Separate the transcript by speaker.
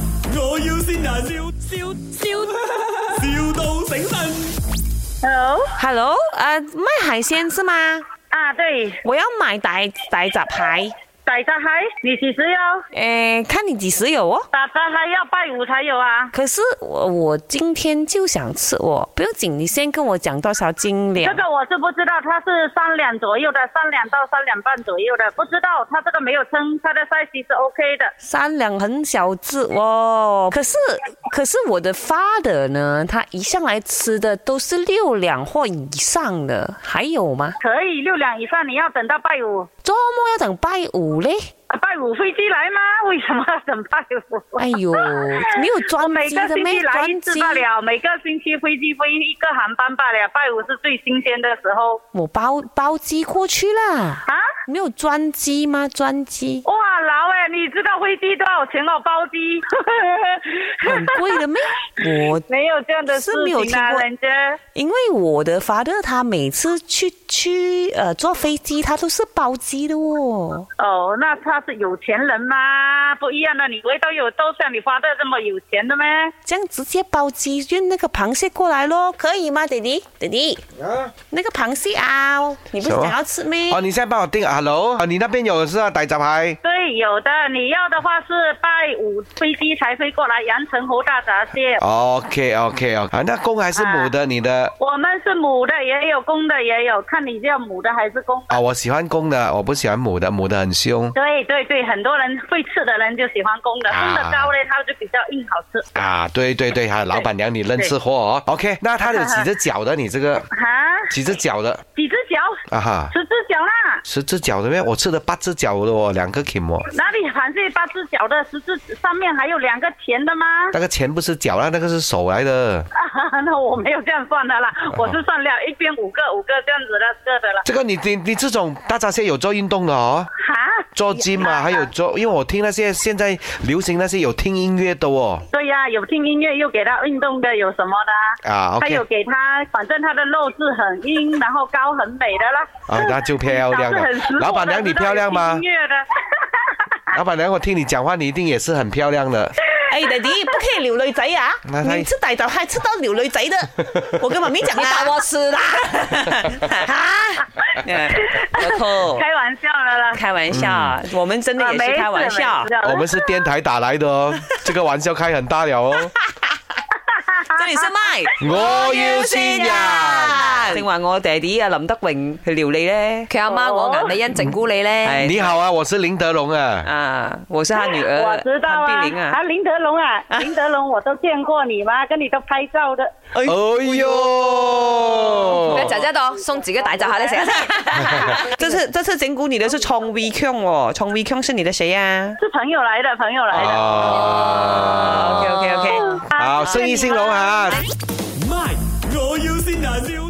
Speaker 1: 要先人，笑笑笑，,笑到醒神。
Speaker 2: Hello，
Speaker 3: Hello，呃，卖海鲜是吗？
Speaker 2: 啊对，
Speaker 3: 我要买大大闸蟹，
Speaker 2: 大闸蟹你几时要？
Speaker 3: 诶，看你几时有哦。
Speaker 2: 大闸蟹要拜五才有啊，
Speaker 3: 可是我我今天就想吃哦，不用紧，你先跟我讲多少斤
Speaker 2: 这
Speaker 3: 两。
Speaker 2: 个我是不知道，它是三两左右的，三两到三两半左右的，不知道它这个没有称，它的 size 是 OK 的。
Speaker 3: 三两很小只哦，可是可是我的 father 呢，他一向来吃的都是六两或以上的，还有吗？
Speaker 2: 可以六两以上，你要等到拜五，
Speaker 3: 周末要等拜五嘞？
Speaker 2: 啊、拜五飞机来吗？为什么要等拜五？
Speaker 3: 哎呦，没有
Speaker 2: 我
Speaker 3: 专
Speaker 2: 每
Speaker 3: 机
Speaker 2: 个
Speaker 3: 的
Speaker 2: 星
Speaker 3: 咩？
Speaker 2: 期来一
Speaker 3: 专
Speaker 2: 次
Speaker 3: 机
Speaker 2: 罢了，每个星期飞机飞一个航班罢了。拜五是最新鲜的时候
Speaker 3: 我包包机过去啦。
Speaker 2: 啊！
Speaker 3: 没有专机吗？专机
Speaker 2: 哇，老哎，你知道飞机多少钱哦？包机
Speaker 3: 很贵的咩？ 我
Speaker 2: 没有这样的事
Speaker 3: 是没有
Speaker 2: 情啊，
Speaker 3: 听过
Speaker 2: 人家
Speaker 3: 因为我的 father 他每次去去呃坐飞机，他都是包机的哦。
Speaker 2: 哦，那他是有钱人嘛，不一样的。你回头有都像你发的这么有钱的咩？
Speaker 3: 这样直接包机运那个螃蟹过来咯，可以吗，弟弟？弟弟，
Speaker 4: 啊
Speaker 3: 那个螃蟹啊，你不是
Speaker 4: 什么
Speaker 3: 想要吃咩？
Speaker 4: 哦，你现在帮我订 hello，哦你那边有是啊，大闸蟹。
Speaker 2: 对，有的。你要的话是拜五飞机才飞过来，阳澄湖大闸蟹。
Speaker 4: OK OK OK，啊，那公还是母的？你的
Speaker 2: 我们是母的也有，公的也有，看你要母的还是公的。
Speaker 4: 啊，我喜欢公的，我不喜欢母的，母的很凶
Speaker 2: 对对对，很多人会吃的人就喜欢公的，
Speaker 4: 啊
Speaker 2: 公的高嘞，它就比较硬好吃。
Speaker 4: 啊。对对对，哈，老板娘你认识货哦。OK，那它有几只脚的？你这个
Speaker 2: 哈，
Speaker 4: 几只脚的？
Speaker 2: 啊几只脚？
Speaker 4: 啊哈，
Speaker 2: 十只脚啦。
Speaker 4: 十只脚的咩？我吃了八只脚的哦，两个 kim 哦。
Speaker 2: 哪里螃蟹八只脚的，十只上面还有两个甜的吗？
Speaker 4: 那个钱不是脚啦，那个是手来的。
Speaker 2: 啊， 那我没有这样算的啦，我是算了一边五个五个这样子的个的了。
Speaker 4: 啊这个你你你这种大闸蟹有做运动的哦，
Speaker 2: 哈，啊
Speaker 4: 做筋嘛，还有做，因为我听那些现在流行那些有听音乐的哦。
Speaker 2: 对呀、有听音乐又给他运动的，有什么的啊？
Speaker 4: 啊
Speaker 2: 还有
Speaker 4: ，OK，
Speaker 2: 给他，反正他的肉质很硬，然后高很美的啦。
Speaker 4: 啊，那就漂
Speaker 2: 长
Speaker 4: 亮
Speaker 2: 得很
Speaker 4: 了
Speaker 2: 识货。的
Speaker 4: 老板娘，你漂亮
Speaker 2: 知道有
Speaker 4: 吗
Speaker 2: 听？音乐的，
Speaker 4: 老板娘，我听你讲话，你一定也是很漂亮的。
Speaker 3: 哎，弟弟，不可以留女仔啊！
Speaker 4: 那他
Speaker 3: 你吃大闸蟹吃到留女仔的，我跟妈咪讲啊你打我 死啦！ 哈，嗯我扣
Speaker 2: 开玩笑的啦。
Speaker 3: 开玩笑，
Speaker 4: 嗯
Speaker 3: 我们真的
Speaker 2: 啊
Speaker 3: 也是开玩笑，
Speaker 4: 我们是电台打来的 哦，这个玩笑开很大了哦。
Speaker 3: 这里是麦。
Speaker 4: 我要先人，
Speaker 3: 正话我爹哋啊林德榮去撩你咧，
Speaker 5: 佢阿媽我銀美欣整蠱你咧，
Speaker 4: 你好啊，我是林德龙啊。
Speaker 3: 啊，我是他女儿，
Speaker 2: 我知道啊
Speaker 3: 潘碧玲，啊
Speaker 2: 啊，林德 龙啊，林德龙我都见过你嘛，跟你都拍照的。
Speaker 4: 哎呦
Speaker 5: 佢，姐姐度送自己大闸蟹咧 成日食。
Speaker 3: 这次这次整蛊你的是冲 V Q 哦，冲 V Q 是你的谁呀、
Speaker 2: 是朋友来的，朋友来的。
Speaker 4: 啊，
Speaker 3: o k OK OK。
Speaker 2: 啊
Speaker 4: 好，生意兴隆！啊！
Speaker 1: 卖，我要先人，笑